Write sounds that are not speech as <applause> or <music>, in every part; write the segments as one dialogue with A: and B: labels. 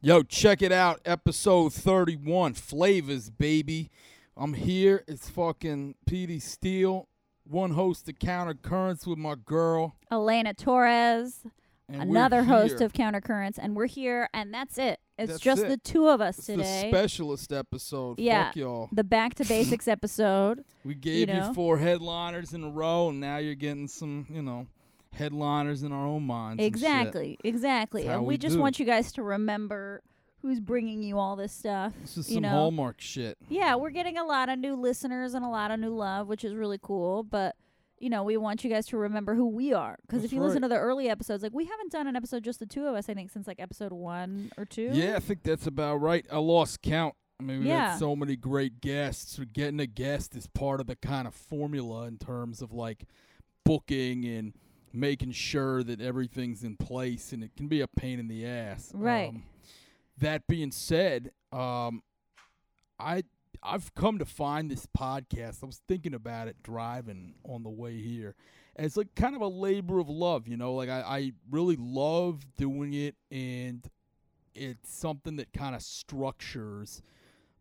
A: Yo, check it out. Episode 31, Flavors, baby. I'm here. It's fucking PD Steele, one host of Counter Currents with my girl.
B: Elena Torres,
A: and we're
B: another host
A: here.
B: of Countercurrents, and we're here, and that's it. It's
A: That's
B: just
A: it.
B: the two of us
A: It's
B: today.
A: the specialist episode.
B: Yeah.
A: Fuck y'all.
B: the back
A: <laughs>
B: to basics episode.
A: We gave you,
B: know?
A: four headliners in a row, and now you're getting some, you know, headliners in our own minds. and shit.
B: Exactly, exactly.
A: That's how
B: And we,
A: we
B: just
A: do.
B: want you guys to remember who's bringing you all this stuff.
A: This is
B: you
A: some
B: know?
A: Hallmark shit.
B: Yeah, we're getting a lot of new listeners and a lot of new love, which is really cool. But you know, we want you guys to remember who we are because
A: That's
B: if you
A: right.
B: listen to the early episodes, like we haven't done an episode just the two of us, I think, since like episode one or two.
A: Yeah, I think that's about right. I lost count. I mean, we
B: Yeah.
A: had so many great guests. So getting a guest is part of the kind of formula in terms of like booking and making sure that everything's in place, and it can be a pain in the ass.
B: Right.
A: Um, that being said, um, I I've come to find this podcast. I was thinking about it driving on the way here. And it's like kind of a labor of love, you know. Like I, I really love doing it, and it's something that kind of structures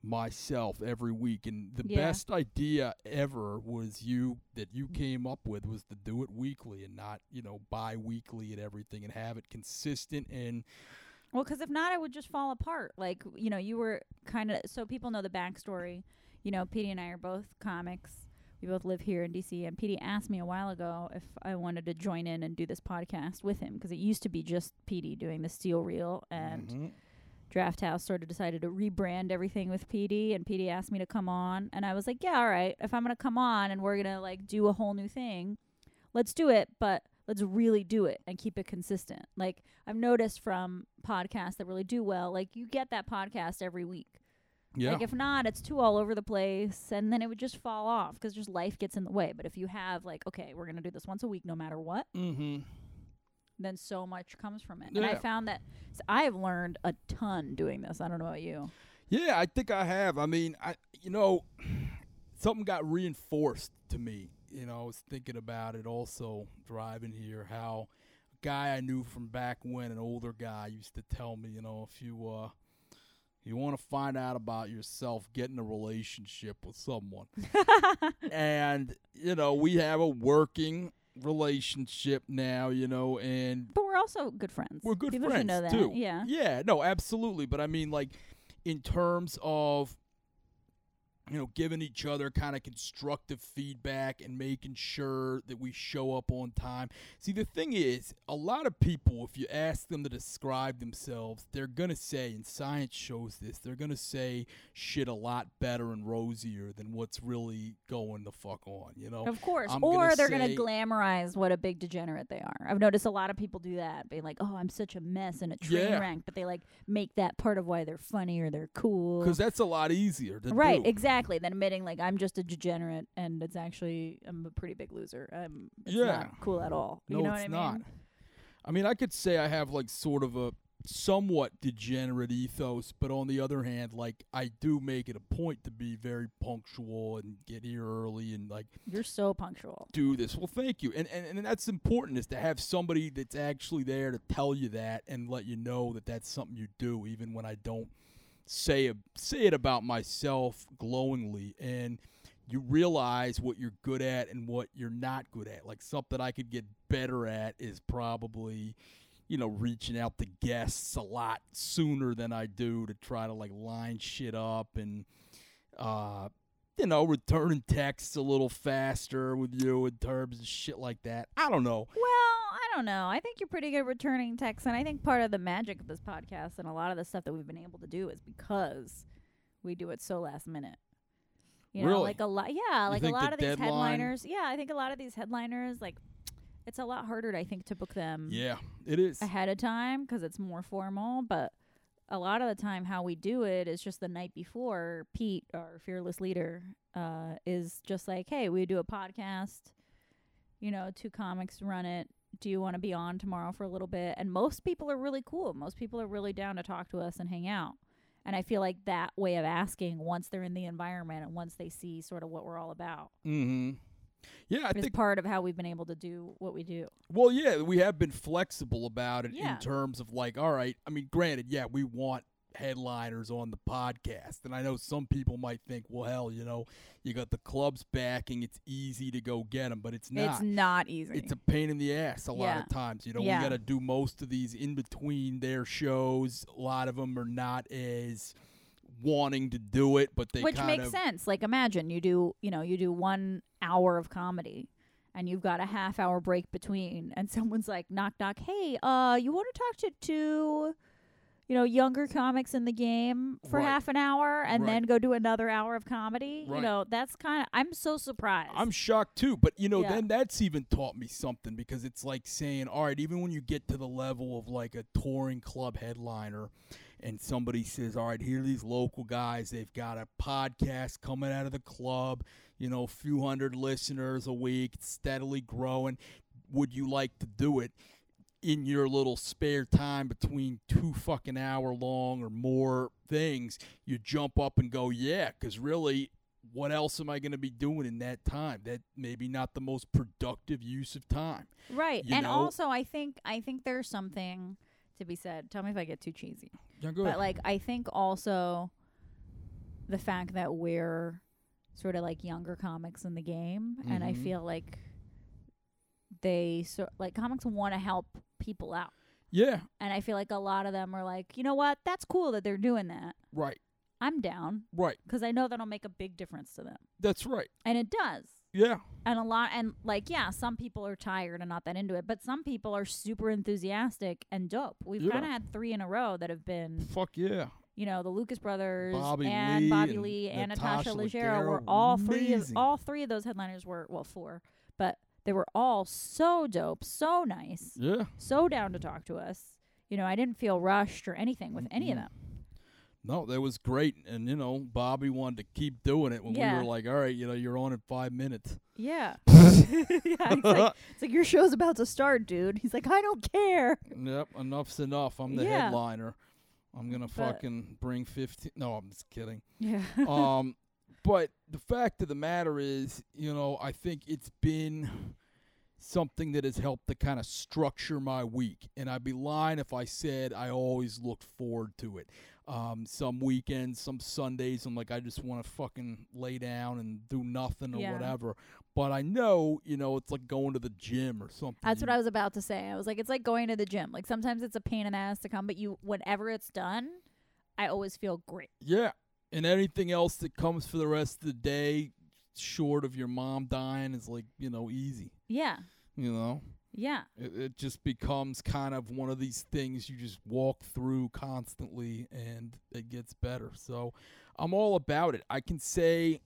A: myself every week. And the
B: Yeah.
A: best idea ever was you that you came up with was to do it weekly and not, you know, bi-weekly and everything, and have it consistent and
B: Well, 'cause if not, I would just fall apart. Like, you know, you were kind of so people know the backstory. You know, Petey and I are both comics. We both live here in DC, and Petey asked me a while ago if I wanted to join in and do this podcast with him 'cause it used to be just Petey doing the steel reel, and
A: Mhm.
B: Draft House sort of decided to rebrand everything with Petey, and Petey asked me to come on, and I was like, yeah, all right, if I'm gonna come on and we're gonna like do a whole new thing, let's do it, but let's really do it and keep it consistent. Like I've noticed from podcasts that really do well, like you get that podcast every week.
A: yeah.
B: Like if not, it's too all over the place, and then it would just fall off because just life gets in the way. But if you have like, okay, we're gonna do this once a week, no matter what,
A: mm-hmm.
B: then so much comes from it. And I
A: Yeah.
B: found that s I've learned a ton doing this. I don't know about you.
A: Yeah, I think I have. I mean, I you know, <sighs> something got reinforced to me. You know, I was thinking about it also driving here. How a guy I knew from back when, an older guy, used to tell me, you know, if you uh, you want to find out about yourself, get in a relationship with someone. and you know, we have a working relationship now. You know, and
B: But we're also good friends.
A: we're good
B: People
A: friends
B: should know that.
A: too.
B: Yeah.
A: Yeah. No, absolutely. But I mean, like, in terms of you know giving each other kind of constructive feedback and making sure that we show up on time. See, the thing is, a lot of people, if you ask them to describe themselves, they're gonna say, and science shows this, they're gonna say shit a lot better and rosier than what's really going the fuck on. You know.
B: Of course.
A: I'm
B: or
A: gonna
B: they're going
A: say-
B: to glamorize what a big degenerate they are. I've noticed a lot of people do that, being like, oh, I'm such a mess and a train
A: Yeah.
B: wreck, but they like make that part of why they're funny or they're cool.
A: Because that's a lot easier to
B: right,
A: do.
B: exactly. Then admitting, like, I'm just a degenerate and it's actually, I'm a pretty big loser. I'm it's
A: Yeah.
B: not cool at all.
A: No,
B: you know
A: it's
B: what I mean?
A: not. I mean, I could say I have like sort of a somewhat degenerate ethos, but on the other hand, like I do make it a point to be very punctual and get here early and like
B: You're so punctual.
A: do this. Well, thank you. And, and and that's important is to have somebody that's actually there to tell you that and let you know that that's something you do, even when I don't say a, say it about myself glowingly. And you realize what you're good at and what you're not good at. Like something I could get better at is probably you know reaching out to guests a lot sooner than I do to try to like line shit up and uh you know, returning texts a little faster with you in terms of shit like that. I don't know.
B: Well, I don't know. I think you're pretty good at returning texts, and I think part of the magic of this podcast and a lot of the stuff that we've been able to do is because we do it so last minute. You know,
A: Really?
B: like a lot. Yeah, like a
A: think the
B: lot of these
A: deadline-
B: headliners. Yeah, I think a lot of these headliners, like, it's a lot harder, I think, to book them
A: Yeah, it is.
B: ahead of time 'cause it's more formal. But a lot of the time, how we do it is just the night before. Pete, our fearless leader, uh, is just like, "Hey, we do a podcast. You know, two comics run it. Do you want to be on tomorrow for a little bit?" And most people are really cool. Most people are really down to talk to us and hang out. And I feel like that way of asking, once they're in the environment and once they see sort of what we're all about,
A: Mm-hmm. Yeah, I
B: is
A: think.
B: part of how we've been able to do what we do.
A: Well, yeah, we have been flexible about it
B: Yeah.
A: in terms of like, all right. I mean, granted, yeah, we want headliners on the podcast. And I know some people might think, well, hell, you know, you got the clubs backing. It's easy to go get them, but it's not.
B: It's not easy.
A: It's a pain in the ass a lot
B: Yeah.
A: of times. You know,
B: Yeah.
A: we got to do most of these in between their shows. A lot of them are not as wanting to do it, but they
B: which
A: kind
B: makes
A: of
B: sense. Like imagine you do, you know, you do one hour of comedy and you've got a half hour break between <laughs> and someone's like knock knock, hey, uh, you want to talk to two you know, younger comics in the game for
A: Right.
B: half an hour and
A: Right.
B: then go do another hour of comedy.
A: Right.
B: You know, that's kind of I'm so surprised.
A: I'm shocked too, but you know,
B: Yeah.
A: then that's even taught me something because it's like saying, all right, even when you get to the level of like a touring club headliner and somebody says, all right, here are these local guys, they've got a podcast coming out of the club, you know, a few hundred listeners a week, it's steadily growing. Would you like to do it? in your little spare time between two fucking hour long or more things, you jump up and go, yeah, because really, what else am I going to be doing in that time? That maybe not the most productive use of time.
B: right.
A: you
B: And
A: know-
B: also I think I think there's something to be said. Tell me if I get too cheesy.
A: Yeah, go
B: But like I think also the fact that we're sort of like younger comics in the game and I
A: Mhm.
B: feel like they so like comics want to help people out.
A: yeah,
B: And I feel like a lot of them are like, "You know what? That's cool that they're doing that.
A: right,
B: I'm down
A: right.
B: 'cause I know that'll make a big difference to them."
A: That's right.
B: And it does.
A: Yeah,
B: And a lot and like yeah, some people are tired and not that into it, but some people are super enthusiastic and dope. We've
A: Yeah.
B: kind of had 3 in a row that have been
A: fuck yeah.
B: you know, the Lucas brothers
A: Bobby
B: and
A: Lee
B: Bobby
A: and
B: Lee and
A: Natasha
B: Natasha Leggero
A: Leggero
B: were
A: were
B: all three of
A: amazing.
B: all three of those headliners were well four, but they were all so dope, so nice,
A: Yeah,
B: so down to talk to us. You know, I didn't feel rushed or anything with any of
A: Mm-mm.
B: them.
A: no, that was great. And, you know, Bobby wanted to keep doing it when
B: Yeah.
A: we were like, all right, you know, you're on in five minutes. <laughs>
B: Yeah. <laughs> yeah. It's like, it's like your show's about to start, dude. He's like, I don't care.
A: Yep, enough's enough. I'm the
B: Yeah.
A: headliner. I'm gonna
B: But-
A: fucking bring fifteen. No, I'm just kidding.
B: Yeah. <laughs>
A: um, but the fact of the matter is, you know, I think it's been something that has helped to kind of structure my week. And I'd be lying if I said I always looked forward to it. Um, some weekends, some Sundays, I'm like, I just want to fucking lay down and do nothing or
B: Yeah.
A: whatever. But I know, you know, it's like going to the gym or something.
B: That's what
A: You-
B: I was about to say. I was like, it's like going to the gym. Like sometimes it's a pain in the ass to come, but you whenever it's done, I always feel great.
A: Yeah. And anything else that comes for the rest of the day, short of your mom dying, is like, you know, easy.
B: Yeah.
A: You know?
B: Yeah.
A: It, it just becomes kind of one of these things you just walk through constantly and it gets better. So I'm all about it. I can say,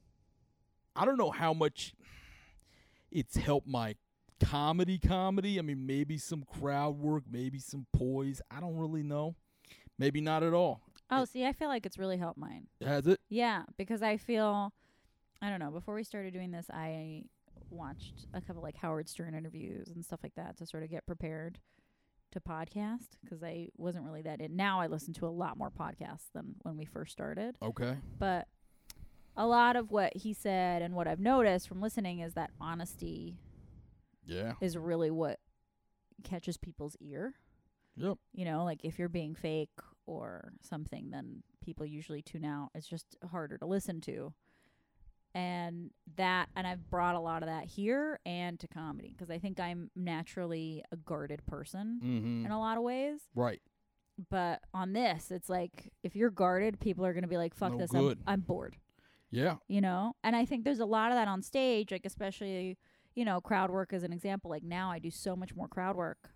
A: I don't know how much it's helped my comedy comedy. I mean, maybe some crowd work, maybe some poise. I don't really know. Maybe not at all.
B: Oh, see, I feel like it's really helped mine.
A: Has it?
B: Yeah, because I feel I don't know, before we started doing this, I watched a couple like Howard Stern interviews and stuff like that to sort of get prepared to podcast because I wasn't really that in. Now I listen to a lot more podcasts than when we first started,
A: Okay.
B: but a lot of what he said and what I've noticed from listening is that honesty
A: Yeah.
B: is really what catches people's ear.
A: Yep.
B: You know, like if you're being fake or something, then people usually tune out. It's just harder to listen to. And that, and I've brought a lot of that here and to comedy because I think I'm naturally a guarded person
A: Mm-hmm.
B: in a lot of ways.
A: Right.
B: But on this, it's like if you're guarded, people are going to be like, fuck
A: No
B: this,
A: good.
B: I'm, I'm bored
A: Yeah.
B: you know and i think there's a lot of that on stage like especially you know crowd work as an example like now i do so much more crowd work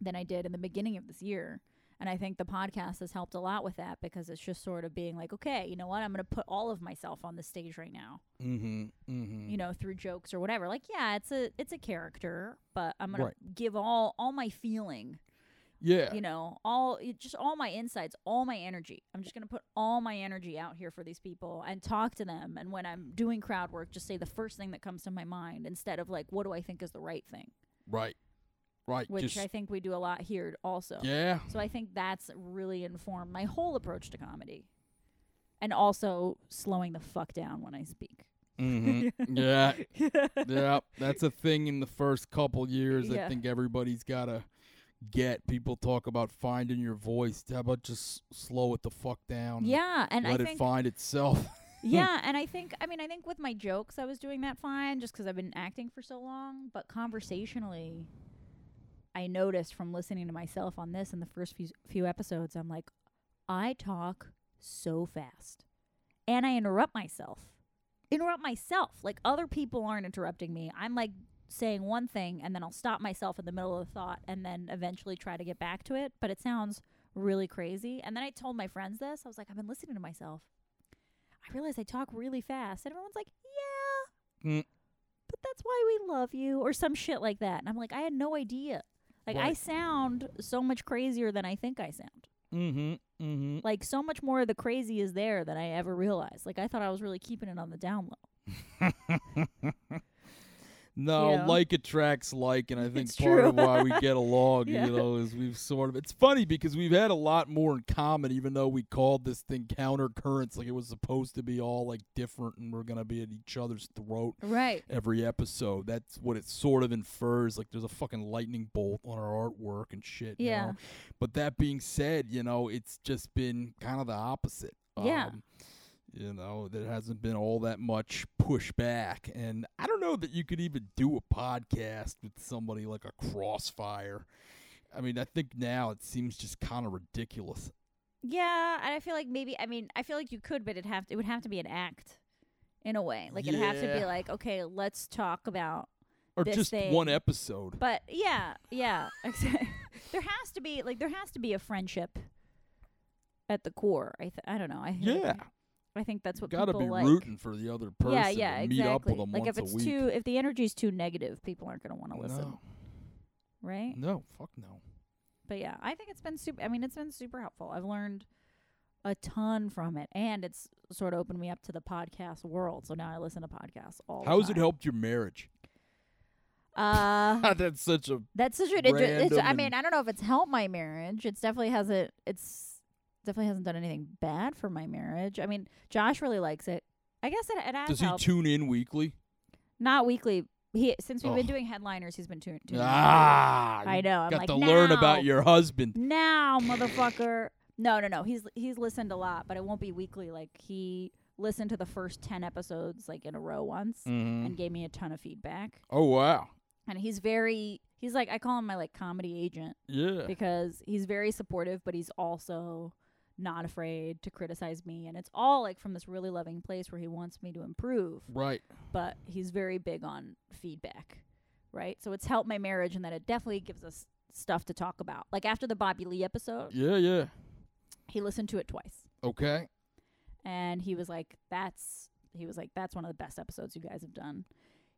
B: than i did in the beginning of this year and i think the podcast has helped a lot with that because it's just sort of being like okay you know what i'm going to put all of myself on the stage right now
A: Mm-hmm. Mm-hmm.
B: you know through jokes or whatever like yeah it's a it's a character but i'm going
A: Right.
B: to give all all my feeling
A: yeah.
B: you know all it- just all my insights all my energy i'm just going to put all my energy out here for these people and talk to them and when i'm doing crowd work just say the first thing that comes to my mind instead of like what do i think is the right thing
A: right. Right.
B: which
A: Just,
B: i think we do a lot here also
A: yeah.
B: <laughs> so i think that's really informed my whole approach to comedy and also slowing the fuck down when i speak <laughs>
A: Mm-hmm. yeah. Yeah. That's a thing in the first couple years.
B: Yeah.
A: I think everybody's got to get. People talk about finding your voice. How about just slow it the fuck down?
B: yeah, and
A: And let
B: I
A: it
B: think
A: find itself. <laughs>
B: yeah, and I think I mean I think with my jokes I was doing that fine just 'cause I've been acting for so long, but conversationally I noticed from listening to myself on this in the first few few episodes I'm like I talk so fast and I interrupt myself. Interrupt myself. Like other people aren't interrupting me. I'm like saying one thing and then I'll stop myself in the middle of the thought and then eventually try to get back to it, but it sounds really crazy. And then I told my friends this. I was like I've been listening to myself I realize I talk really fast. And everyone's like, yeah,
A: Mm.
B: but that's why we love you, or some shit like that. And I'm like, I had no idea. Like, I
A: Right.
B: sound so much crazier than I think I sound.
A: mm-hmm. Mm-hmm.
B: Like, so much more of the crazy is there than I ever realized. Like, I thought I was really keeping it on the down low.
A: No,
B: Yeah.
A: like attracts like, and I think
B: <laughs> It's
A: part
B: true.
A: of why we
B: <laughs>
A: get along,
B: Yeah.
A: you know, is we've sort of. It's funny because we've had a lot more in common, even though we called this thing counter currents, like it was supposed to be all like different, and we're gonna be at each other's throat
B: Right.
A: every episode. That's what it sort of infers. Like there's a fucking lightning bolt on our artwork and shit. you
B: Yeah.
A: know? But that being said, you know, it's just been kind of the opposite. Um,
B: Yeah.
A: you know, there hasn't been all that much pushback. And I don't know that you could even do a podcast with somebody like a crossfire. I mean, I think now it seems just kind of ridiculous.
B: Yeah. And I feel like maybe, I mean, I feel like you could, but it'd have to, it would have to be an act in a way. Like, it'd have to be
A: Yeah.
B: like, okay, let's talk about
A: Or
B: This
A: just
B: thing-
A: one episode.
B: But yeah, yeah. <laughs> there has to be like there has to be a friendship at the core. I th- I don't know. I think-
A: yeah.
B: I think that's what
A: Gotta
B: people
A: be
B: like.
A: rooting for the other person.
B: yeah, yeah,
A: to meet
B: exactly.
A: up with them
B: like
A: once
B: if it's
A: a week.
B: too if the energy's too negative, people aren't going to want to listen,
A: No.
B: right?
A: No, fuck no.
B: But yeah, I think it's been super I mean, it's been super helpful. I've learned a ton from it and it's sort of opened me up to the podcast world. So now I listen to podcasts all the
A: How has it
B: time.
A: helped your marriage? <laughs>
B: Uh
A: That's such a
B: That's such an inter- it's,
A: random
B: I mean,
A: and-
B: I don't know if it's helped my marriage. It's definitely hasn't. It's definitely hasn't done anything bad for my marriage. I mean, Josh really likes it. I guess it, it has
A: Does he
B: helped.
A: tune in weekly?
B: Not weekly. He since we've been
A: Oh.
B: doing headliners, he's been tuned.
A: Ah,
B: I
A: you
B: know. I'm
A: Got
B: like,
A: to learn
B: "Now."
A: about your husband.
B: now, motherfucker. No, no, no. He's he's listened a lot, but it won't be weekly. Like he listened to the first ten episodes like in a row once and gave me a ton of feedback.
A: Mm-hmm. Oh wow,
B: And he's very. He's like I call him my like comedy agent.
A: yeah.
B: because he's very supportive, but he's also not afraid to criticize me. And it's all like from this really loving place where he wants me to improve,
A: Right.
B: but he's very big on feedback, right? So it's helped my marriage in that it definitely gives us stuff to talk about. Like after the Bobby Lee episode,
A: Yeah, yeah.
B: he listened to it twice
A: Okay.
B: and he was like, that's, he was like, that's one of the best episodes you guys have done.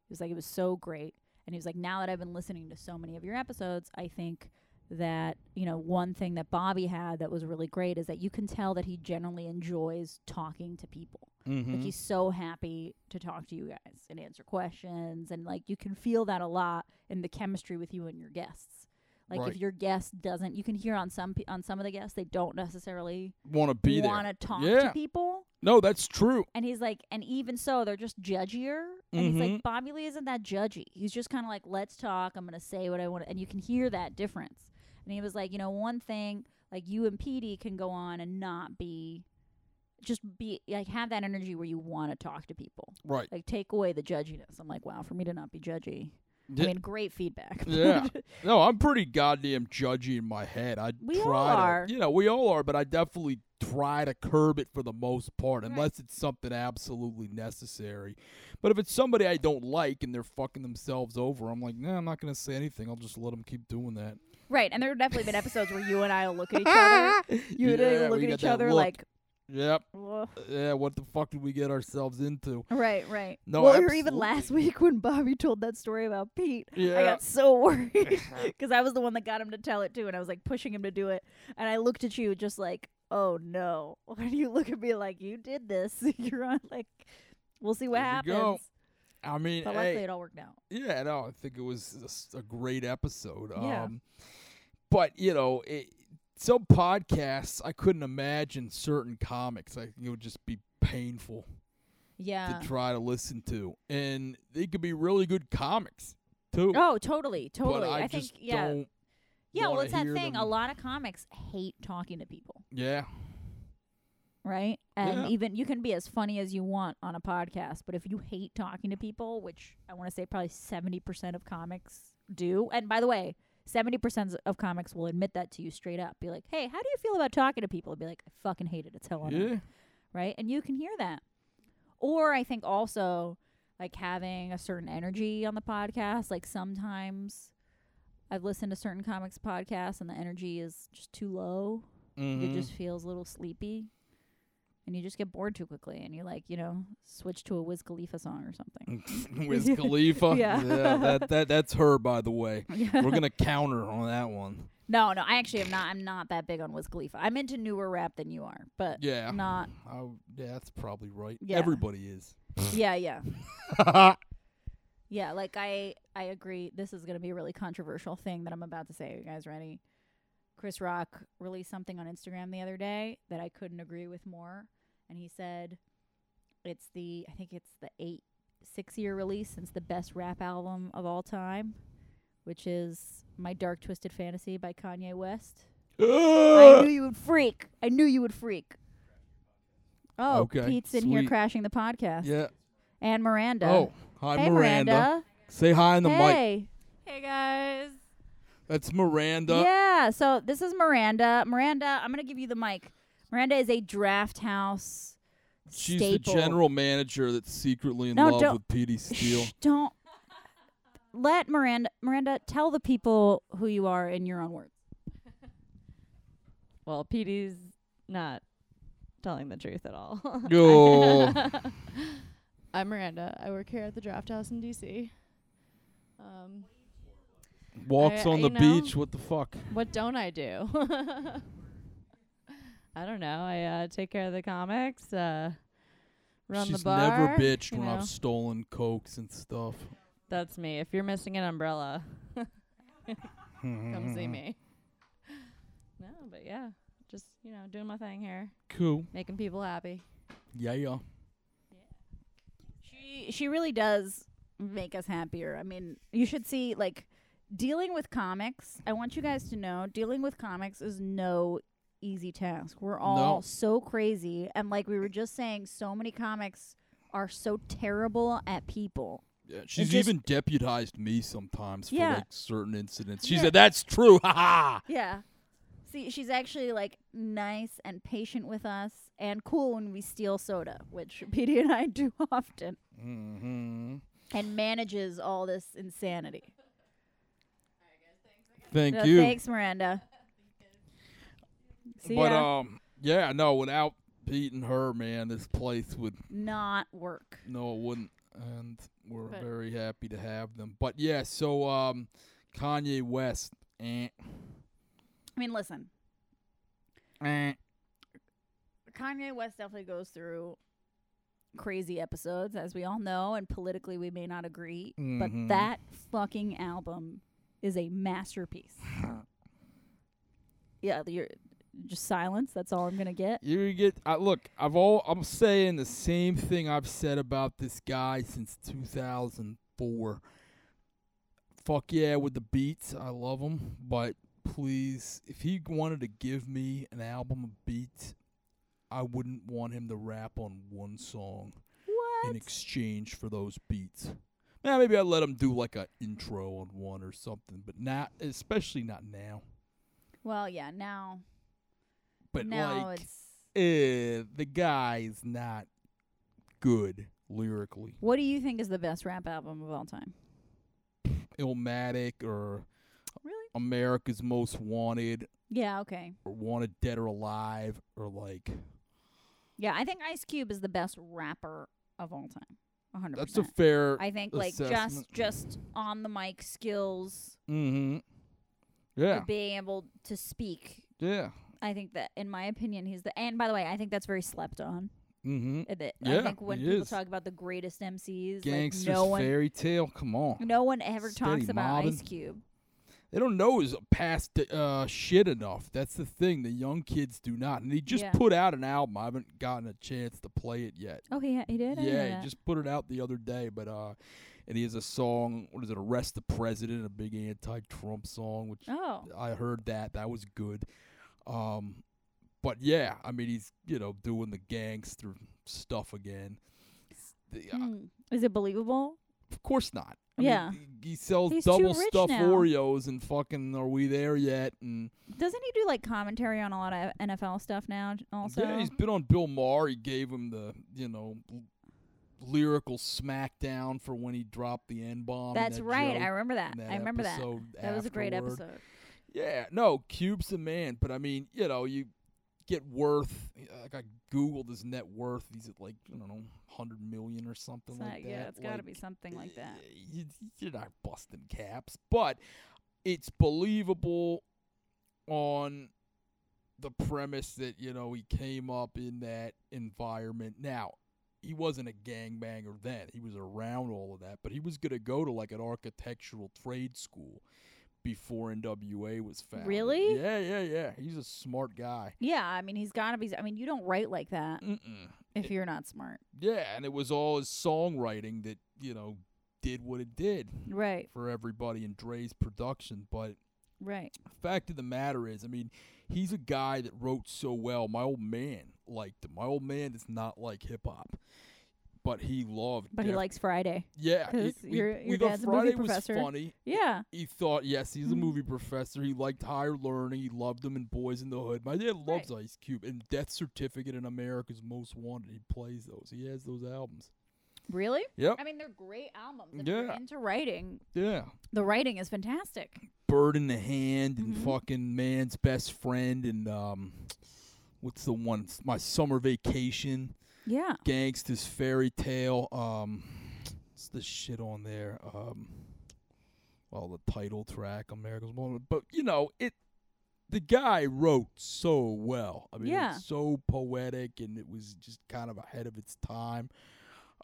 B: He was like, it was so great. And he was like, now that I've been listening to so many of your episodes, I think that, you know, one thing that Bobby had that was really great is that you can tell that he generally enjoys talking to people. Like,
A: Mm-hmm.
B: he's so happy to talk to you guys and answer questions. And, like, you can feel that a lot in the chemistry with you and your guests. Like
A: Right.
B: if your guest doesn't, you can hear on some pe- on some of the guests they don't necessarily
A: Want to be
B: want
A: there?
B: to talk to
A: Yeah.
B: people.
A: No, that's true.
B: And he's like, and even so, they're just judgier. And he's
A: Mm-hmm.
B: like, Bobby Lee isn't that judgy. He's just kind of like, let's talk. I'm going to say what I want. And you can hear that difference. And he was like, you know, one thing, like you and Petey can go on and not be, just be like, have that energy where you want to talk to people.
A: Right.
B: Like, take away the judginess. I'm like, wow, for me to not be judgy. I
A: Yeah.
B: mean, great feedback.
A: Yeah. No, I'm pretty goddamn judgy in my head. I
B: We all
A: try
B: are.
A: to, you know, we all are, but I definitely try to curb it for the most part, unless it's something absolutely necessary. But if it's somebody I don't like and they're fucking themselves over, I'm like, nah, I'm not gonna say anything. I'll just let them keep doing that.
B: <laughs> right. And there have definitely been episodes where you and I will look at each
A: <laughs>
B: other. You and I
A: Yeah,
B: will look
A: we
B: at
A: got
B: each
A: that
B: other
A: look.
B: like,
A: Yep.
B: "Ugh."
A: Yeah. What the fuck did we get ourselves into?
B: Right, right.
A: No,
B: well, or even
A: absolutely.
B: last <laughs> week when Bobby told that story about Pete, I
A: Yeah.
B: got so <laughs> worried
A: <laughs>
B: because I was the one that got him to tell it too, and I was like pushing him to do it, and I looked at you just like, "Oh no!" <laughs> And you look at me like, "You did this. <laughs> You're on like, we'll see what
A: Here we
B: happens."
A: go. I mean,
B: But
A: hey,
B: luckily, it all worked out.
A: Yeah, no, I think it was a s- a, great episode.
B: Yeah.
A: Um, but you know, it, some podcasts I couldn't imagine certain comics. I think it would just be painful
B: Yeah.
A: to try to listen to, and they could be really good comics too.
B: Oh, totally,
A: but
B: totally.
A: I,
B: think
A: just
B: yeah,
A: don't
B: Yeah, well,
A: wanna
B: it's that
A: hear
B: thing. A
A: them-
B: lot of comics hate talking to people,
A: Yeah.
B: right? And
A: Yeah.
B: even you can be as funny as you want on a podcast, but if you hate talking to people, which I want to say probably 70% of comics do, and by the way, 70% of comics will admit that to you straight up. Be like, hey, how do you feel about talking to people? be like, I fucking hate it. It's hell on earth."
A: Yeah.
B: right? And you can hear that. Or I think also like having a certain energy on the podcast. Like sometimes I've listened to certain comics podcasts and the energy is just too low. It
A: Mhm.
B: just feels a little sleepy. And you just get bored too quickly and you like, you know, switch to a Wiz Khalifa song or
A: <laughs>
B: something. <laughs>
A: Wiz Khalifa.
B: Yeah.
A: that, that that's her, by the
B: <laughs>
A: way. We're gonna counter on that one.
B: no, no, I actually am not I'm not that big on Wiz Khalifa. I'm into newer rap than you are, but
A: Yeah. <laughs>
B: not
A: I w- yeah, that's probably right.
B: Yeah.
A: Everybody is.
B: yeah, yeah.
A: <laughs> yeah.
B: Yeah, like I I agree. This is going to be a really controversial thing that I'm about to say. Are you guys ready? Chris Rock released something on Instagram the other day that I couldn't agree with more, and he said it's the I think it's the eight six year release since the best rap album of all time, which is My Dark Twisted Fantasy by Kanye West. I knew you would freak. I knew you would freak. Oh,
A: Okay,
B: Pete's in here
A: sweet.
B: crashing the podcast. And Miranda.
A: Oh, hi
B: hey,
A: Miranda.
B: Miranda.
A: Say hi in the mic.
B: Hey.
C: Hey guys.
A: That's Miranda.
B: Yeah. So this is Miranda. Miranda, I'm gonna give you the mic. Miranda is a draft house.
A: She's
B: staple.
A: the general manager that's secretly in
B: No,
A: love
B: don't-
A: with Petey Steele.
B: Shh, don't let Miranda. Miranda, tell the people who you are in your own words.
C: Well, PD's not telling the truth at all. <laughs>
A: Yo.
C: I'm Miranda. I work here at the Draft House in DC. Um,
A: Walks
C: I-
A: on
C: you
A: the
C: know.
A: beach. What the fuck?
C: what don't I do? <laughs> I don't know. I uh, take care of the comics. Uh, run
A: She's
C: the bar.
A: never bitched
C: you
A: when
C: know.
A: I've stolen cokes and stuff.
C: That's me. If you're missing an umbrella, come see
A: Mm-hmm.
C: me. <laughs> No, but yeah, just you know, doing my thing here,
A: <laughs> Cool.
C: making people happy.
A: Yeah, yeah.
B: She she really does make us happier. I mean, you should see like dealing with comics. I want you guys to know dealing with comics is no easy task. We're all
A: No.
B: so crazy and like we were just saying so many comics are so terrible at people.
A: Yeah, she's
B: just-
A: even deputized me sometimes for
B: Yeah.
A: like certain incidents. She
B: Yeah.
A: said, "That's true." <laughs> Ha ha.
B: Yeah. See, she's actually like nice and patient with us and cool when we steal soda, which <laughs> PD and I do often,
A: Mm-hmm.
B: and manages all this insanity.
A: Thank
B: So
A: you.
B: Thanks, Miranda. See,
A: but
B: ya.
A: um, yeah, no. Without Pete and her, man, this place would
B: not work.
A: no, it wouldn't. And we're
C: But-
A: very happy to have them. But yeah, so um, Kanye West. Eh,
B: I mean, listen,
A: eh.
B: Kanye West definitely goes through crazy episodes, as we all know, and politically we may not agree,
A: Mhm.
B: but that fucking album is
A: <laughs>
B: a masterpiece. yeah, you're just silence. That's all I'm gonna get.
A: You get I, look. I've all I'm saying the same thing I've said about this guy since 2004. Fuck yeah, with the beats, I love him. But please, if he wanted to give me an album of beats, I wouldn't want him to rap on one song
B: What?
A: in exchange for those beats. Now maybe I'd let him do like a intro on one or something, but not especially not now.
B: well, yeah. Now,
A: But
B: now
A: like.
B: it's.
A: uh, the guy's not good lyrically.
B: What do you think is the best rap album of all time?
A: Illmatic or
B: Really?
A: America's Most Wanted
B: Yeah. Okay.
A: or Wanted Dead or Alive or like
B: Yeah, I think Ice Cube is the best rapper of all time. 100%.
A: that's a fair
B: I think like
A: assessment.
B: just just on the mic skills,
A: mm-hmm.
B: of
A: Yeah,
B: being able to speak.
A: yeah.
B: I think that, in my opinion, he's the. And by the way, I think that's very slept on.
A: Mm-hmm.
B: Uh, that- I
A: Yeah,
B: think when
A: he
B: people
A: is.
B: talk about the greatest MCs,
A: Gangster's
B: like no one, Mm-hmm.
A: fairy tale. Come on,
B: no one ever talks
A: Steady
B: about
A: mobbing.
B: Ice Cube.
A: they don't know his past uh, shit enough. That's the thing. The young kids do not, and he just
B: Yeah.
A: put out an album. I haven't gotten a chance to play it yet.
B: Oh, he ha- he did. I didn't know
A: Yeah,
B: that.
A: he just put it out the other day, but uh and he has a song. What is it? Arrest the President, a big anti-Trump song, which
B: Oh,
A: I heard that. That was good. Um, but yeah, I mean, he's you know doing the gangster stuff again. The- uh,
B: hmm. is it believable?
A: of course not. I
B: Yeah.
A: mean, he he sells
B: He's too
A: double
B: rich
A: stuffed
B: now.
A: Oreos and fucking are we there yet? And
B: Doesn't he do like commentary on a lot of NFL stuff now? j- Also,
A: yeah, he's been on Bill Maher. He gave him the you know l- lyrical smackdown for when he dropped the n bomb.
B: that's
A: that
B: right.
A: joke
B: I remember that.
A: in
B: I remember that.
A: episode
B: That was a great
A: afterward.
B: episode.
A: Yeah, no, Cube's the man. But I mean, you know, you get worth. Like I googled his net worth. He's at like I don't know, hundred million or something
B: It's
A: like
B: not-
A: that.
B: yeah, it's got to
A: Like, eh.
B: be something like that.
A: You, you're not busting caps, but it's believable on the premise that you know he came up in that environment. Now he wasn't a gangbanger then; he was around all of that, but he was going to go to like an architectural trade school before NWA was founded.
B: Really?
A: Yeah, yeah, yeah. He's a smart guy.
B: Yeah, I mean, he's got to be. s- I mean, you don't write like that
A: Mm-mm.
B: if you're not smart,
A: Yeah, and it was all his songwriting that you know did what it did
B: right?
A: for everybody in Dre's production. But
B: Right.
A: fact of the matter is, I mean, he's a guy that wrote so well. My old man liked him. My old man does not like hip hop, but he loved.
B: But he
A: def-
B: likes Friday.
A: yeah. he-
B: 'cause
A: we-
B: your-
A: we
B: your
A: thought
B: dad's a movie
A: Friday
B: professor.
A: was funny.
B: Yeah.
A: He thought, yes, he's a
B: Mhm.
A: movie professor. He liked higher learning. He loved them in Boys in the Hood. My dad loves Ice Cube and Death Certificate and America's Most Wanted. He plays those. He has those albums.
B: Really?
A: Yep.
B: I mean, they're great albums.
A: and if you're Yeah.
B: Into writing,
A: Yeah.
B: the writing is fantastic.
A: Bird in the Hand and
B: Mhm.
A: fucking Man's Best Friend and um, what's the one? S- My Summer Vacation,
B: Yeah.
A: Gangsta's Fairy Tale. Um, what's the shit on there? Um, well, the title track, America's Moment. But you know, it the guy wrote so well. I mean,
B: Yeah.
A: it's so poetic, and it was just kind of ahead of its time.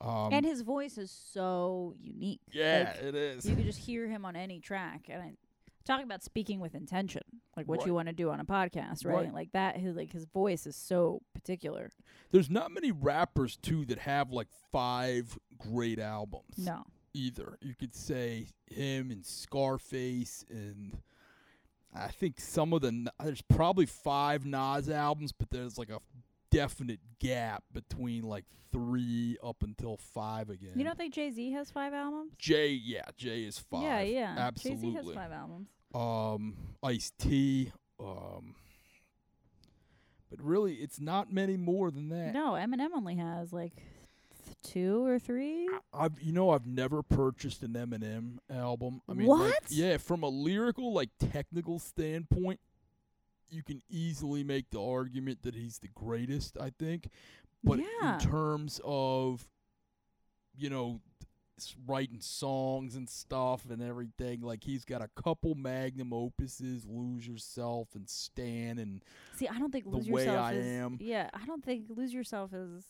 A: Um,
B: and his voice is so unique.
A: yeah,
B: Like,
A: it is.
B: you could just hear him on any track. And I, talking about speaking with intention, like what
A: Right.
B: you want to do on a podcast, right?
A: Right.
B: Like that. His like his voice is so particular.
A: There's not many rappers too that have like five great albums.
B: No.
A: either. You could say him and Scarface, and I think some of the N- there's probably five Nas albums, but there's like a definite gap between like three up until five again.
B: You don't think Jay Z has five albums?
A: Jay, yeah, Jay is five.
B: Yeah, yeah. Jay Z has
A: absolutely.
B: five albums.
A: Um, Ice T. Um, but really, it's not many more than that.
B: No, Eminem only has like th- two or three.
A: I- I've you know I've never purchased an Eminem album. I mean, like,
B: What?
A: yeah, from a lyrical like technical standpoint, you can easily make the argument that he's the greatest. I think, but
B: Yeah.
A: in terms of you know s- writing songs and stuff and everything, like he's got a couple magnum opuses, "Lose Yourself" and "Stan," and
B: See, I don't think
A: The
B: lose
A: Way
B: yourself
A: I
B: is.
A: Am.
B: Yeah, I don't think lose yourself is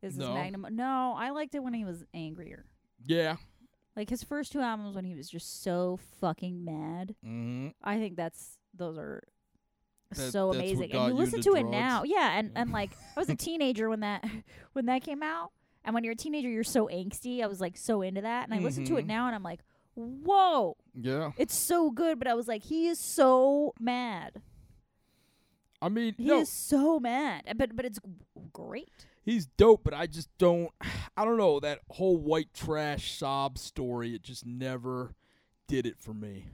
B: is his
A: No.
B: magnum. No, I liked it when he was angrier.
A: yeah,
B: Like his first two albums when he was just so fucking mad.
A: mm-hmm.
B: I think that's those are
A: That-
B: so
A: that's what
B: amazing.
A: got
B: And you
A: you
B: listen
A: into
B: to it now. Yeah, and,
A: Yeah.
B: and like I
A: <laughs>
B: was a teenager when that <laughs> when that came out. And when you're a teenager you're so angsty. I was like so into that. And I listen to it
A: Mhm.
B: now and I'm like, Whoa,
A: yeah.
B: it's so good. But I was like, he is so mad.
A: I mean,
B: He
A: no,
B: is so mad. Uh, But but it's g- great.
A: he's dope, but I just don't. <sighs> I don't know that whole white trash sob story. It just never did it for me.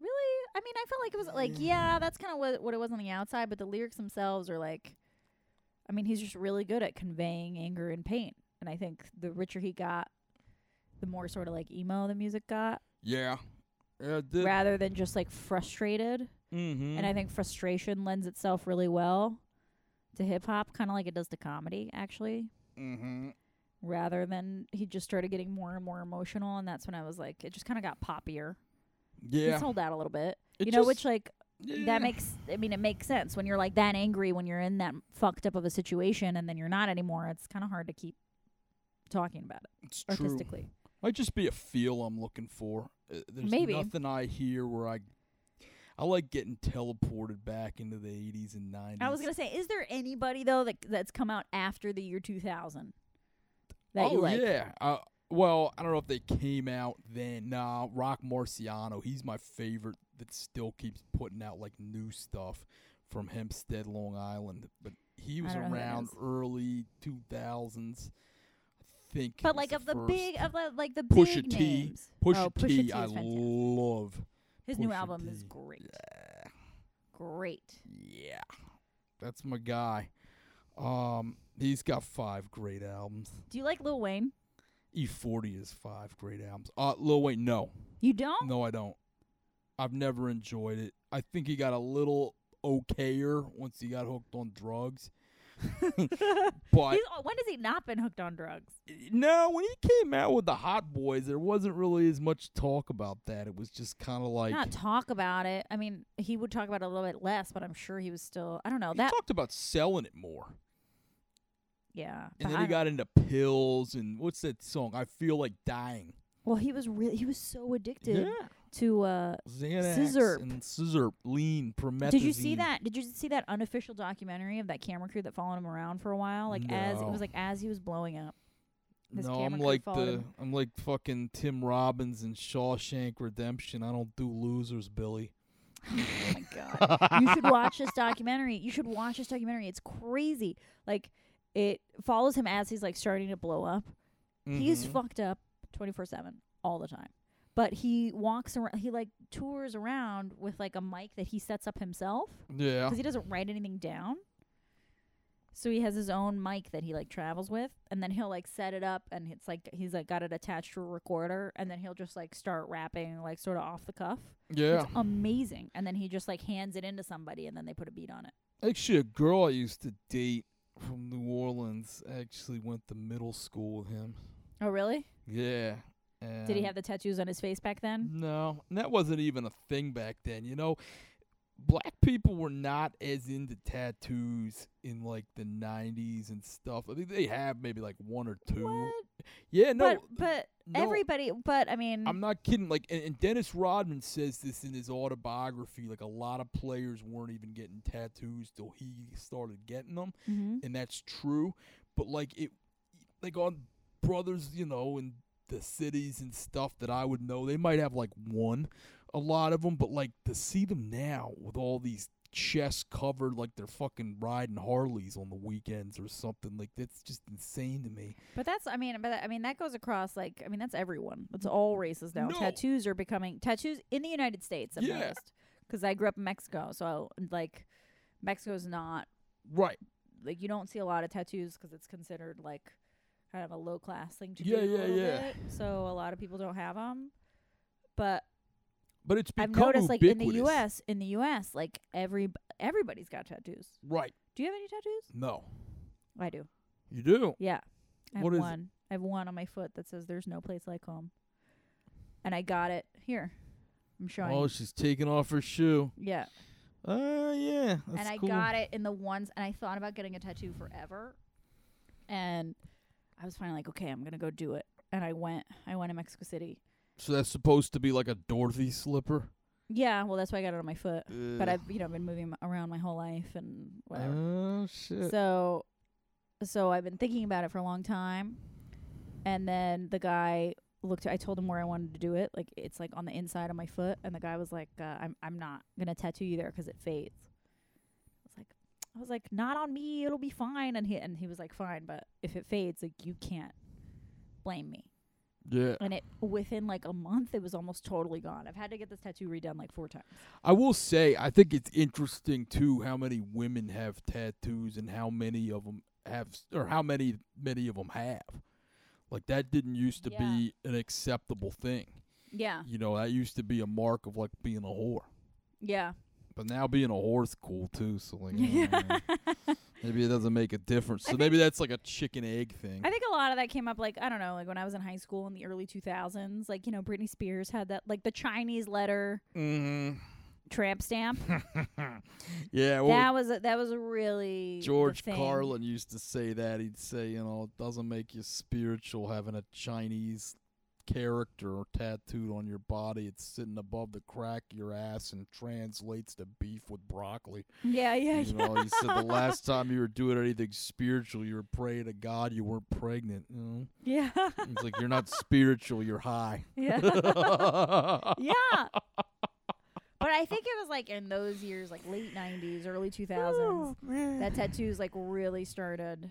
B: Really? I mean, I felt like it was like, yeah, that's kind of what, what it was on the outside, but the lyrics themselves are like, I mean, he's just really good at conveying anger and pain. And I think the richer he got, the more sort of like emo the music got,
A: Yeah, yeah, it did.
B: rather than just like frustrated.
A: mm-hmm.
B: And I think frustration lends itself really well to hip hop, kind of like it does to comedy, actually.
A: mm-hmm.
B: Rather than he just started getting more and more emotional, and that's when I was like, it just kind of got poppier. He
A: yeah,
B: sold out a little bit,
A: It
B: you know,
A: just-
B: which like
A: yeah.
B: that makes i mean it makes sense when you're like that angry when you're in that fucked up of a situation and then you're not anymore it's kind of hard to keep talking about it
A: it's true.
B: artistically
A: Might just be a feel I'm looking for. Uh, there's
B: Maybe.
A: nothing I hear where I. I like getting teleported back into the 80s and 90s.
B: i was gonna say is there anybody though that that's come out after the year 2000 that
A: oh
B: you like
A: yeah, uh, Well, I don't know if they came out then. Nah, Rock Marciano, he's my favorite that still keeps putting out like new stuff from Hempstead, Long Island. But he
B: I
A: was
B: don't know who that
A: around
B: is.
A: early 2000s, I think. he
B: But
A: was
B: like of the
A: first.
B: big of the like the
A: Pusha
B: big
A: T.
B: names.
A: Pusha,
B: oh, Pusha
A: T,
B: T is
A: I
B: fantastic.
A: love.
B: His new
A: Pusha
B: album is
A: T.
B: great.
A: Yeah.
B: Great.
A: Yeah. That's my guy. Um, he's got five great albums.
B: Do you like Lil Wayne?
A: E40 is five great albums. Uh, Lil Wayne, no,
B: You don't?
A: no, I don't. I've never enjoyed it. I think he got a little okayer once he got hooked on
B: <laughs>
A: drugs. But
B: He's, oh, when has he not been hooked on drugs?
A: no, when he came out with the Hot Boys, there wasn't really as much talk about that. It was just kind of like
B: Not talk about it. I mean, he would talk about it a little bit less, but I'm sure he was still. I don't know
A: he
B: that.
A: talked about selling it more.
B: yeah. but
A: And then
B: I
A: he
B: don't-
A: got into pills and what's that song? I feel like dying.
B: well, he was really. He was so addicted to. uh
A: Xanax
B: Scissorp.
A: and Scissorp, lean, promethazine.
B: Did you see that? Did you see that unofficial documentary of that camera crew that followed him around for a while? Like as it
A: No.
B: was like as he was
A: <laughs>
B: blowing up. His
A: no,
B: camera
A: I'm
B: crew
A: like
B: followed
A: the
B: him.
A: I'm like fucking Tim Robbins in Shawshank Redemption. I don't do losers, Billy.
B: Oh my god! you should watch this documentary. You should watch this documentary. It's crazy. Like it follows him as he's like starting to blow up. He's
A: Mhm.
B: fucked up twenty four seven all the time. But he walks around. He like tours around with like a mic that he sets up himself
A: yeah.
B: because he doesn't write anything down. So he has his own mic that he like travels with, and then he'll like set it up, and it's like he's like got it attached to a recorder, and then he'll just like start rapping like sort of off the cuff.
A: Yeah.
B: It's amazing. And then he just like hands it into somebody and then they put a beat on it.
A: Actually, a girl I used to date from New Orleans actually went to middle school with him.
B: Oh, really?
A: Yeah.
B: Did he
A: and-
B: have the tattoos on his face back then?
A: No, and that wasn't even a thing back then. You know, black people were not as into tattoos in like the '90s and stuff. I think they have maybe like one or two.
B: What?
A: Yeah, no,
B: but but
A: no.
B: everybody but I mean
A: I'm not kidding. Like, and, and Dennis Rodman says this in his autobiography. Like, a lot of players weren't even getting tattoos till he started getting them,
B: Mhm.
A: and that's true. But like it, like on brothers, you know, in the cities and stuff that I would know, they might have like one, a lot of them. But like to see them now with all these chests covered, like they're fucking riding Harleys on the weekends or something. Like that's just insane to me.
B: But that's I mean but I mean that goes across like I mean that's everyone. That's all races now.
A: No.
B: Tattoos are becoming tattoos in the United States I've
A: Yeah.
B: noticed. Cuz I grew up in Mexico, so like Mexico's not
A: Right.
B: like you don't see a lot of tattoos 'cause it's considered like kind of a low class thing to
A: Yeah,
B: do. a
A: yeah,
B: little
A: yeah.
B: bit, So a lot of people don't have 'em. But
A: But it's
B: I've
A: become
B: noticed like in the
A: ubiquitous.
B: U.S. in the U.S. like every everybody's got tattoos.
A: Right.
B: Do you have any tattoos?
A: No.
B: I do.
A: You do.
B: Yeah, I have
A: What is it?
B: one. I have one on my foot that says "There's no place like home," and I got it here. I'm showing.
A: Oh,
B: you.
A: she's taking off her shoe.
B: yeah,
A: Oh, yeah. That's
B: and I
A: cool.
B: got it in the ones, and I thought about getting a tattoo forever, and I was finally like, okay, I'm gonna go do it. And I went. I went to Mexico City.
A: So that's supposed to be like a Dorothy slipper.
B: Yeah, well, that's why I got it on my foot. But
A: Ugh.
B: I've you know been moving around my whole life and whatever.
A: Oh
B: Uh.
A: shit.
B: So, so I've been thinking about it for a long time, and then the guy looked. I told him where I wanted to do it. Like it's like on the inside of my foot, and the guy was like, uh, "I'm I'm not gonna tattoo you there 'cause it fades." I was like, I was like, "Not on me. It'll be fine." And he and he was like, "Fine, but if it fades, like you can't blame me."
A: yeah.
B: And it within like a month, it was almost totally gone. I've had to get this tattoo redone like four times.
A: I will say I think it's interesting too how many women have tattoos and how many of them have or how many many of them have. Like that didn't used to
B: Yeah.
A: be an acceptable thing.
B: Yeah,
A: You know, that used to be a mark of like being a whore.
B: yeah.
A: But now being a whore's cool too, so like I don't know.
B: <laughs>
A: maybe it doesn't make a difference.
B: I
A: So maybe that's like a chicken egg thing.
B: I think a lot of that came up, like, I don't know, like when I was in high school in the early 2000s, like, you know, Britney Spears had that, like, the Chinese letter
A: mm-hmm.
B: tramp stamp.
A: <laughs> yeah, well,
B: that was a, that was a really the
A: Oh. George
B: thing.
A: Carlin used to say that. He'd say, you know, it doesn't make you spiritual having a Chinese character tattooed on your body. It's sitting above the crack of your ass and translates to beef with broccoli.
B: Yeah, yeah,
A: you know, you said the last time you were doing anything spiritual, you were praying to God you weren't pregnant. You know?
B: yeah,
A: It's like you're not spiritual, you're high.
B: <laughs>
A: <laughs>
B: yeah, yeah. But I think it was like in those years, like late '90s, early
A: Oh,
B: 2000s, that tattoos like really started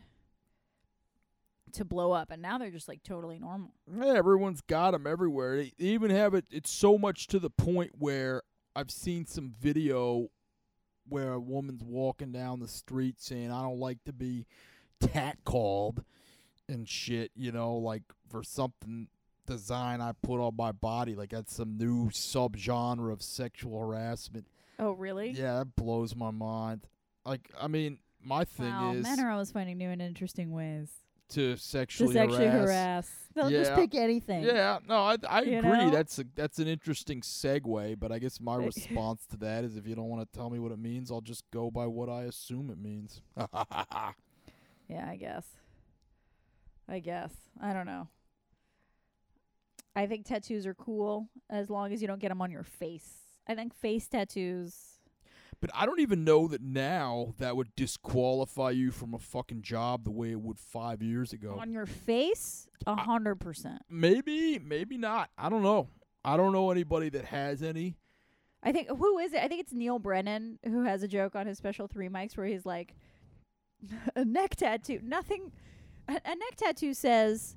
B: to blow up, and now they're just like totally normal.
A: <laughs> Yeah, everyone's got them everywhere. They they even have it. It's so much to the point where I've seen some video where a woman's walking down the street saying, "I don't like to be tat called and shit," you know, like for something design I put on my body. Like that's some new subgenre of sexual harassment.
B: Oh, really?
A: Yeah, that blows my mind. Like, I mean, my thing
B: Wow,
A: is
B: men are always finding new and interesting ways
A: to sexually,
B: to sexually harass. They'll just
A: Yeah.
B: pick anything.
A: Yeah, no, I I
B: You
A: agree.
B: know?
A: That's a that's an interesting segue, but I guess my
B: Like-
A: response to that is if you don't want to tell me what it means, I'll just go by what I assume it means. <laughs>
B: Yeah, I guess. I guess. I don't know. I think tattoos are cool as long as you don't get them on your face. I think face tattoos.
A: but I don't even know that now that would disqualify you from a fucking job the way it would five years ago.
B: On your face, a
A: I-
B: hundred percent.
A: Maybe, maybe not. I don't know. I don't know anybody that has
B: <laughs>
A: any.
B: I think who is it? I think it's Neil Brennan who has a joke on his special three mics where he's like, <laughs> a neck tattoo. Nothing. A, a neck tattoo says,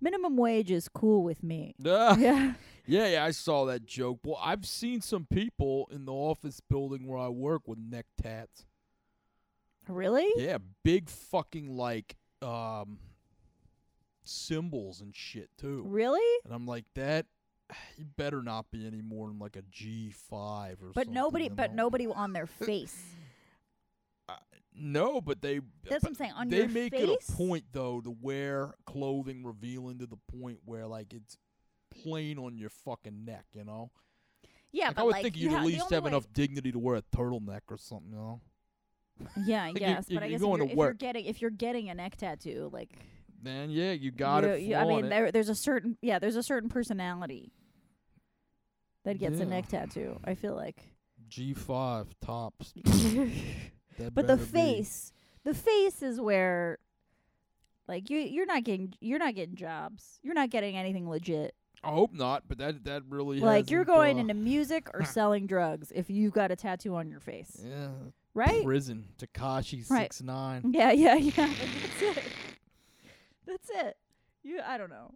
B: minimum wage is cool with me. <laughs> yeah.
A: Yeah, yeah, I saw that joke. Well, I've seen some people in the office building where I work with neck tats.
B: Really?
A: Yeah, big fucking like um symbols and shit too.
B: Really?
A: And I'm like that <sighs> you better not be any more than like a G five or
B: But
A: something.
B: nobody.
A: you
B: But
A: know? Uh,
B: nobody on their face.
A: No, but they
B: That's what
A: but
B: I'm saying. On
A: they
B: your
A: make
B: face,
A: it a point though to wear clothing revealing to the point where like it's plain on your fucking neck, you know?
B: Yeah,
A: like,
B: but
A: I would
B: like,
A: think you'd
B: yeah,
A: at
B: the
A: least
B: only
A: have
B: way-
A: enough dignity to wear a turtleneck or something, you know?
B: Yeah, I
A: Like, you-
B: guess.
A: you-
B: but I
A: you're
B: guess
A: going to
B: if, you're, if you're
A: work.
B: getting if you're getting a neck tattoo, like
A: Then yeah, you got
B: you,
A: it.
B: you- I
A: flaunt
B: mean,
A: it.
B: there there's a certain yeah, there's a certain personality that gets
A: Yeah.
B: a neck tattoo. I
A: <laughs>
B: feel like,
A: G five
B: <laughs>
A: tops. That
B: but the
A: better be.
B: face, the face is where, like you you're not getting you're not getting jobs. You're not getting anything legit.
A: I hope not, but that that really
B: like you're
A: hasn't,
B: going
A: uh,
B: into music or selling drugs if you've got a tattoo on your face,
A: <laughs> yeah,
B: right?
A: prison. Takashi six
B: Right.
A: nine.
B: <laughs> Yeah, yeah, yeah. That's it. That's it. You, I don't know.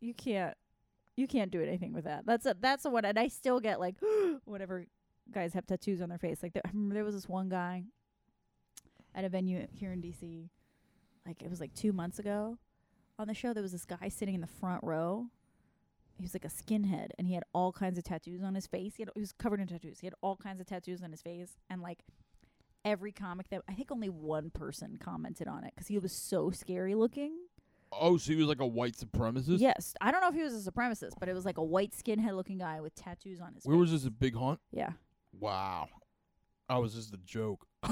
B: You can't, you can't do anything with that. That's a, that's the one, and I still get like, <gasps> whatever. Guys have tattoos on their face. Like there, I remember there was this one guy at a venue here in DC. Like it was like two months ago. On the show, there was this guy sitting in the front row. He was like a skinhead, and he had all kinds of tattoos on his face. He, had, he was covered in tattoos. He had all kinds of tattoos on his face, and like every comic that I think only one person commented on it because he was so scary looking.
A: Oh, so he was like a white supremacist.
B: yes, I don't know if he was a supremacist, but it was like a white skinhead looking guy with tattoos on his.
A: Where was
B: face.
A: this a big hunt?
B: Yeah. <laughs>
A: Wow, I was just a joke. <laughs>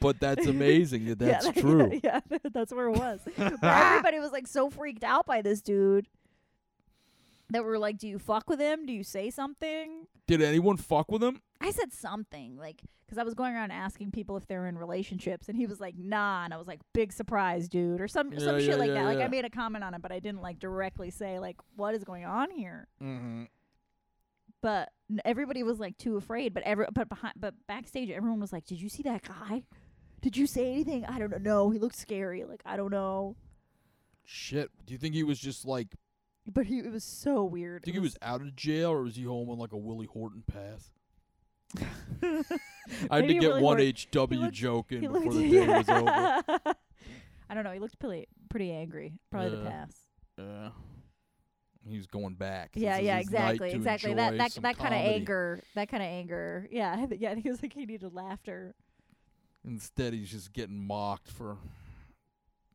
A: but that's amazing that that's
B: <laughs> yeah,
A: true.
B: Yeah, <laughs> that's where it
A: <laughs>
B: was. but everybody was like so freaked out by this dude that we're like, "Do you fuck with him? Do you say something?"
A: Did anyone fuck with him?
B: I said something like because I was going around asking people if they're in relationships, and he was like, "Nah," and I was like, "Big surprise, dude," or some
A: Yeah,
B: some shit
A: yeah,
B: like
A: yeah,
B: that. Like
A: yeah.
B: I made a comment on it, but I didn't like directly say like what is going on here.
A: Mm-hmm.
B: But n- everybody was like too afraid. But every but behind but backstage, everyone was like, "Did you see that guy? Did you say anything? I don't know. He looked scary. Like I don't know."
A: Shit. Do you think he was just like? Do
B: But he it was so weird.
A: you think he was out of jail, or was he home on like a Willie Horton pass?
B: <laughs>
A: I had to
B: Maybe
A: get
B: Willie
A: one
B: Horton-
A: HW
B: he looked-
A: joke in
B: he
A: before
B: looked. <laughs>
A: the day was over.
B: I don't know. He looked pretty pretty angry. Probably the
A: Yeah.
B: pass.
A: Yeah. He was going back.
B: Yeah,
A: This is
B: yeah,
A: his night
B: exactly,
A: to
B: exactly. That
A: enjoy
B: that
A: some
B: that kind of
A: comedy.
B: anger, that kind of anger. Yeah, <laughs> I think- yeah. I think it was like he needed laughter.
A: Instead, he's just getting mocked for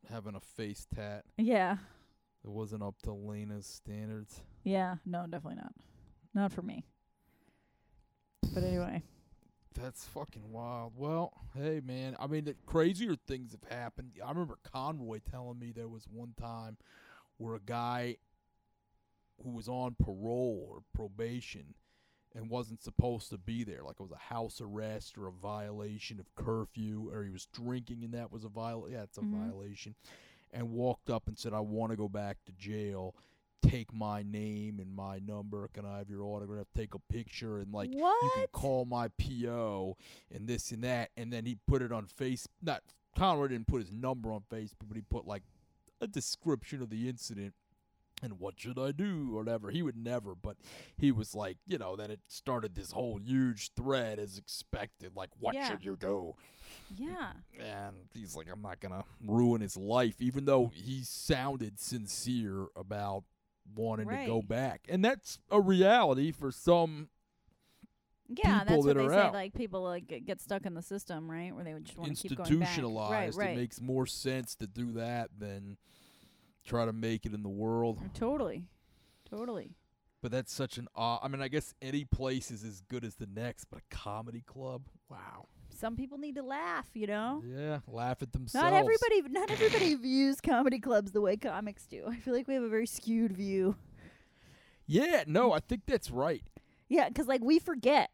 A: having a face tat
B: Yeah,
A: that wasn't up to Lena's standards.
B: yeah. No, definitely not. Not for me. But anyway,
A: That's fucking wild. Well, hey man, I mean, the crazier things have happened. I remember Conroy telling me there was one time where a guy who was on parole or probation and wasn't supposed to be there, like it was a house arrest or a violation of curfew, or he was drinking and that was a violation. Yeah, it's a
B: Mhm.
A: violation. And walked up and said, "I want to go back to jail." Take my name and my number. Can I have your autograph? Take a picture and like you can
B: what?
A: call my PO and this and that. And then he put it on face. Not Conrad didn't put his number on Facebook, but he put like a description of the incident and what should I do or whatever. He would never, but he was like, you know, then it started this whole huge thread as expected. Like, what
B: Yeah.
A: should you do?
B: yeah.
A: And he's like, I'm not gonna ruin his life, even though he sounded sincere about wanting to go
B: Right.
A: back. And that's a reality for some
B: Yeah,
A: people
B: that's what
A: that
B: they
A: are
B: say.
A: out.
B: Like people like get- get stuck in the system, right? Where they would just want to keep going back. Right,
A: institutionalized. It
B: right.
A: makes more sense to do that than try to make it in the world.
B: Mm. totally, totally.
A: But that's such an odd. I mean, I guess any place is as good as the next, but a comedy club? Wow.
B: Some people need to laugh, you know.
A: Yeah, laugh at themselves.
B: Not everybody, not everybody views comedy clubs the way comics do. I feel like we have a very skewed view.
A: Yeah, no, I think that's right.
B: Yeah, because like we forget,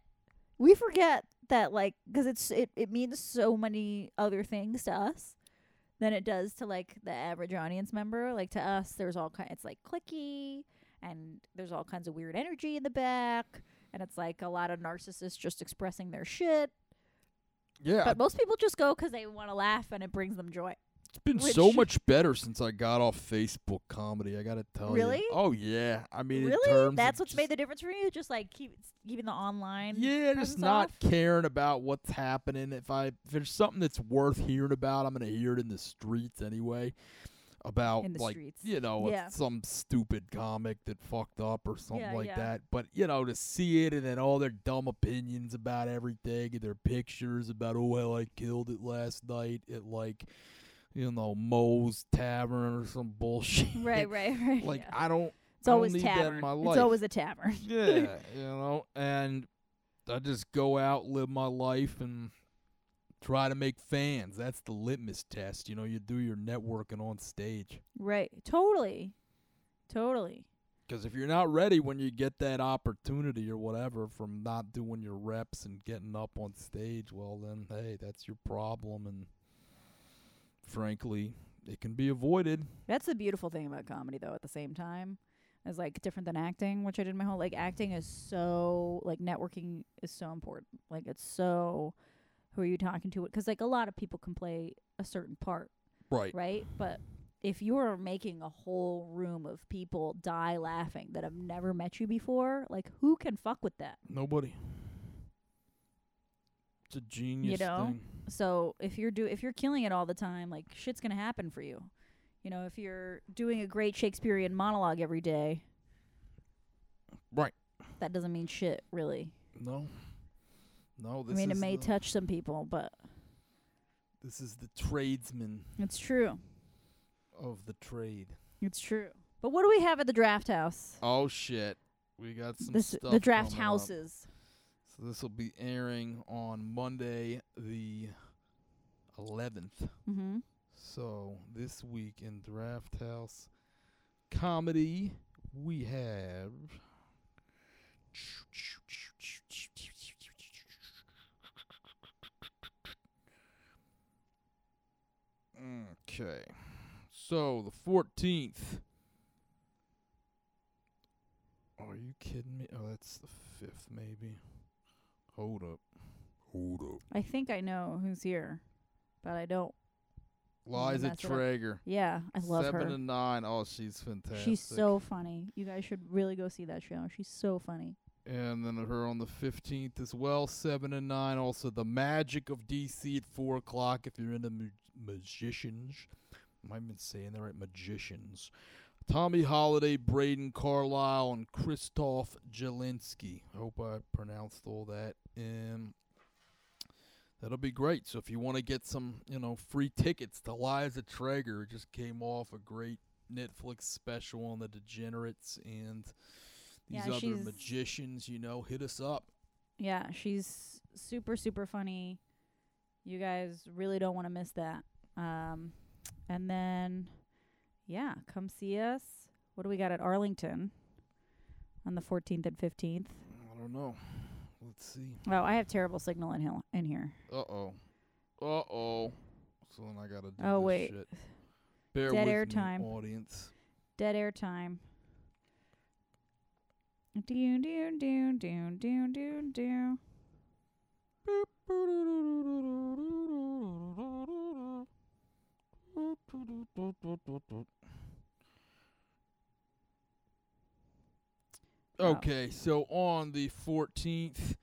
B: we forget that like because it's it it means so many other things to us than it does to like the average audience member. Like to us, there's all kind. It's like clicky, and there's all kinds of weird energy in the back, and it's like a lot of narcissists just expressing their shit.
A: Yeah,
B: But most people just go 'cause they want to laugh and it brings them joy.
A: it's been so
B: which-
A: much better since I got off Facebook comedy. I gotta tell you.
B: Really?
A: Oh yeah. I mean, in terms
B: Really,
A: of
B: that's what's
A: just-
B: made the difference for you. Just like keep keeping the online.
A: Yeah, just
B: presence
A: not
B: off?
A: caring about what's happening. If I if there's something that's worth hearing about, I'm gonna hear it in the streets anyway. About
B: In the
A: like
B: streets.
A: you know if
B: Yeah.
A: some stupid comic that fucked up or something
B: Yeah,
A: like
B: yeah.
A: that. But you know to see it and then all their dumb opinions about everything, and their pictures about oh well I killed it last night at like you know Moe's Tavern or some bullshit.
B: Right, right,
A: <laughs>
B: right.
A: like
B: yeah.
A: I don't.
B: it's
A: I don't
B: always
A: need that in
B: tavern.
A: my life.
B: It's always a tavern. <laughs>
A: Yeah, you know, and I just go out, live my life, and try to make fans. That's the litmus test. You know, you do your networking on stage.
B: Right. Totally. Totally.
A: 'Cause if you're not ready when you get that opportunity or whatever from not doing your reps and getting up on stage, well, then, hey, that's your problem. And frankly, it can be avoided.
B: That's the beautiful thing about comedy though at the same time. Is like different than acting, which I did my whole like acting is so like networking is so important. Like it's so who are you talking to? Because like a lot of people can play a certain part,
A: Right.
B: right? But if you're making a whole room of people die laughing that have never met you before, like who can fuck with that?
A: Nobody. It's a genius
B: know?
A: thing.
B: So if you're do if you're killing it all the time, like shit's gonna happen for you. You know, if you're doing a great Shakespearean monologue every day,
A: Right.
B: That doesn't mean shit, really.
A: No. No, this
B: I mean, it
A: is
B: may
A: the-
B: touch some people, but
A: This is the tradesman
B: it's true.
A: of the trade.
B: It's true. But what do we have at the draft house?
A: Oh shit. We got some
B: This
A: stuff
B: the draft
A: coming up.
B: houses.
A: So this will be airing on Monday the 11th.
B: Mm-hmm.
A: So this week in Draft House comedy we have Okay. So the 14th Are you kidding me? Oh, that's the 5th maybe. Hold up. Hold up.
B: I think I know who's here, but I don't. gonna
A: Liza
B: mess it up.
A: Traeger.
B: Yeah, I love
A: Seven
B: her.
A: and nine. Oh, she's fantastic.
B: She's so funny. You guys should really go see that show. She's so funny.
A: And then her on the fifteenth as well. Seven and nine. Also, the magic of DC at four o'clock. If you're into ma- magicians, am I even saying that right? Magicians. Tommy Holiday, Braden Carlisle, and Christoph Jelinski. I hope I pronounced all that. Um, that'll be great. So if you want to get some, you know, free tickets to Liza Traeger, who just came off a great Netflix special on the Degenerates and these
B: Yeah,
A: other
B: she's-
A: magicians. You know, hit us up.
B: Yeah, she's super super funny. You guys really don't want to miss that. Um, and then, yeah, come see us. What do we got at Arlington on the 14th and 15th?
A: I don't know. Let's see.
B: Oh, I have terrible signal in hill in here.
A: Uh oh. Uh oh. So then I gotta do
B: Oh,
A: this
B: wait.
A: shit. Bear
B: Dead
A: with
B: air
A: me,
B: time.
A: audience.
B: Dead air time. Doon doon doon doon doon doon doon.
A: Okay, so on the 14th,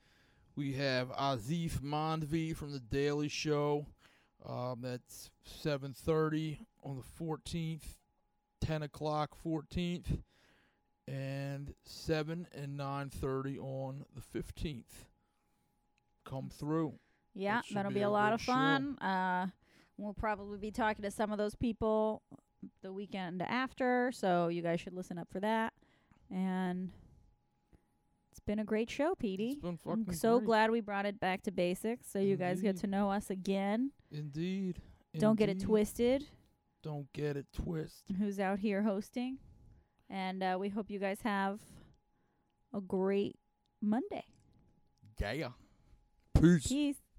A: we have Azif Mandvi from The Daily Show. Um, that's 7.30 on the 14th, 10 o'clock 14th, and 7 and 9.30 on the 15th. Come through.
B: Yeah,
A: That should
B: that'll
A: be
B: be, a
A: a
B: lot
A: good
B: of
A: show.
B: fun. Uh, we'll probably be talking to some of those people the weekend after, so you guys should listen up for that. And it's been a great show, Petey.
A: It's been fucking
B: I'm so
A: great.
B: glad we brought it back to basics, so you guys get
A: Indeed.
B: to know us again.
A: Indeed.
B: Don't get it
A: Indeed.
B: twisted.
A: Don't get it twist.
B: who's out here hosting. And uh, we hope you guys have a great Monday.
A: Yeah. Peace.
B: Peace.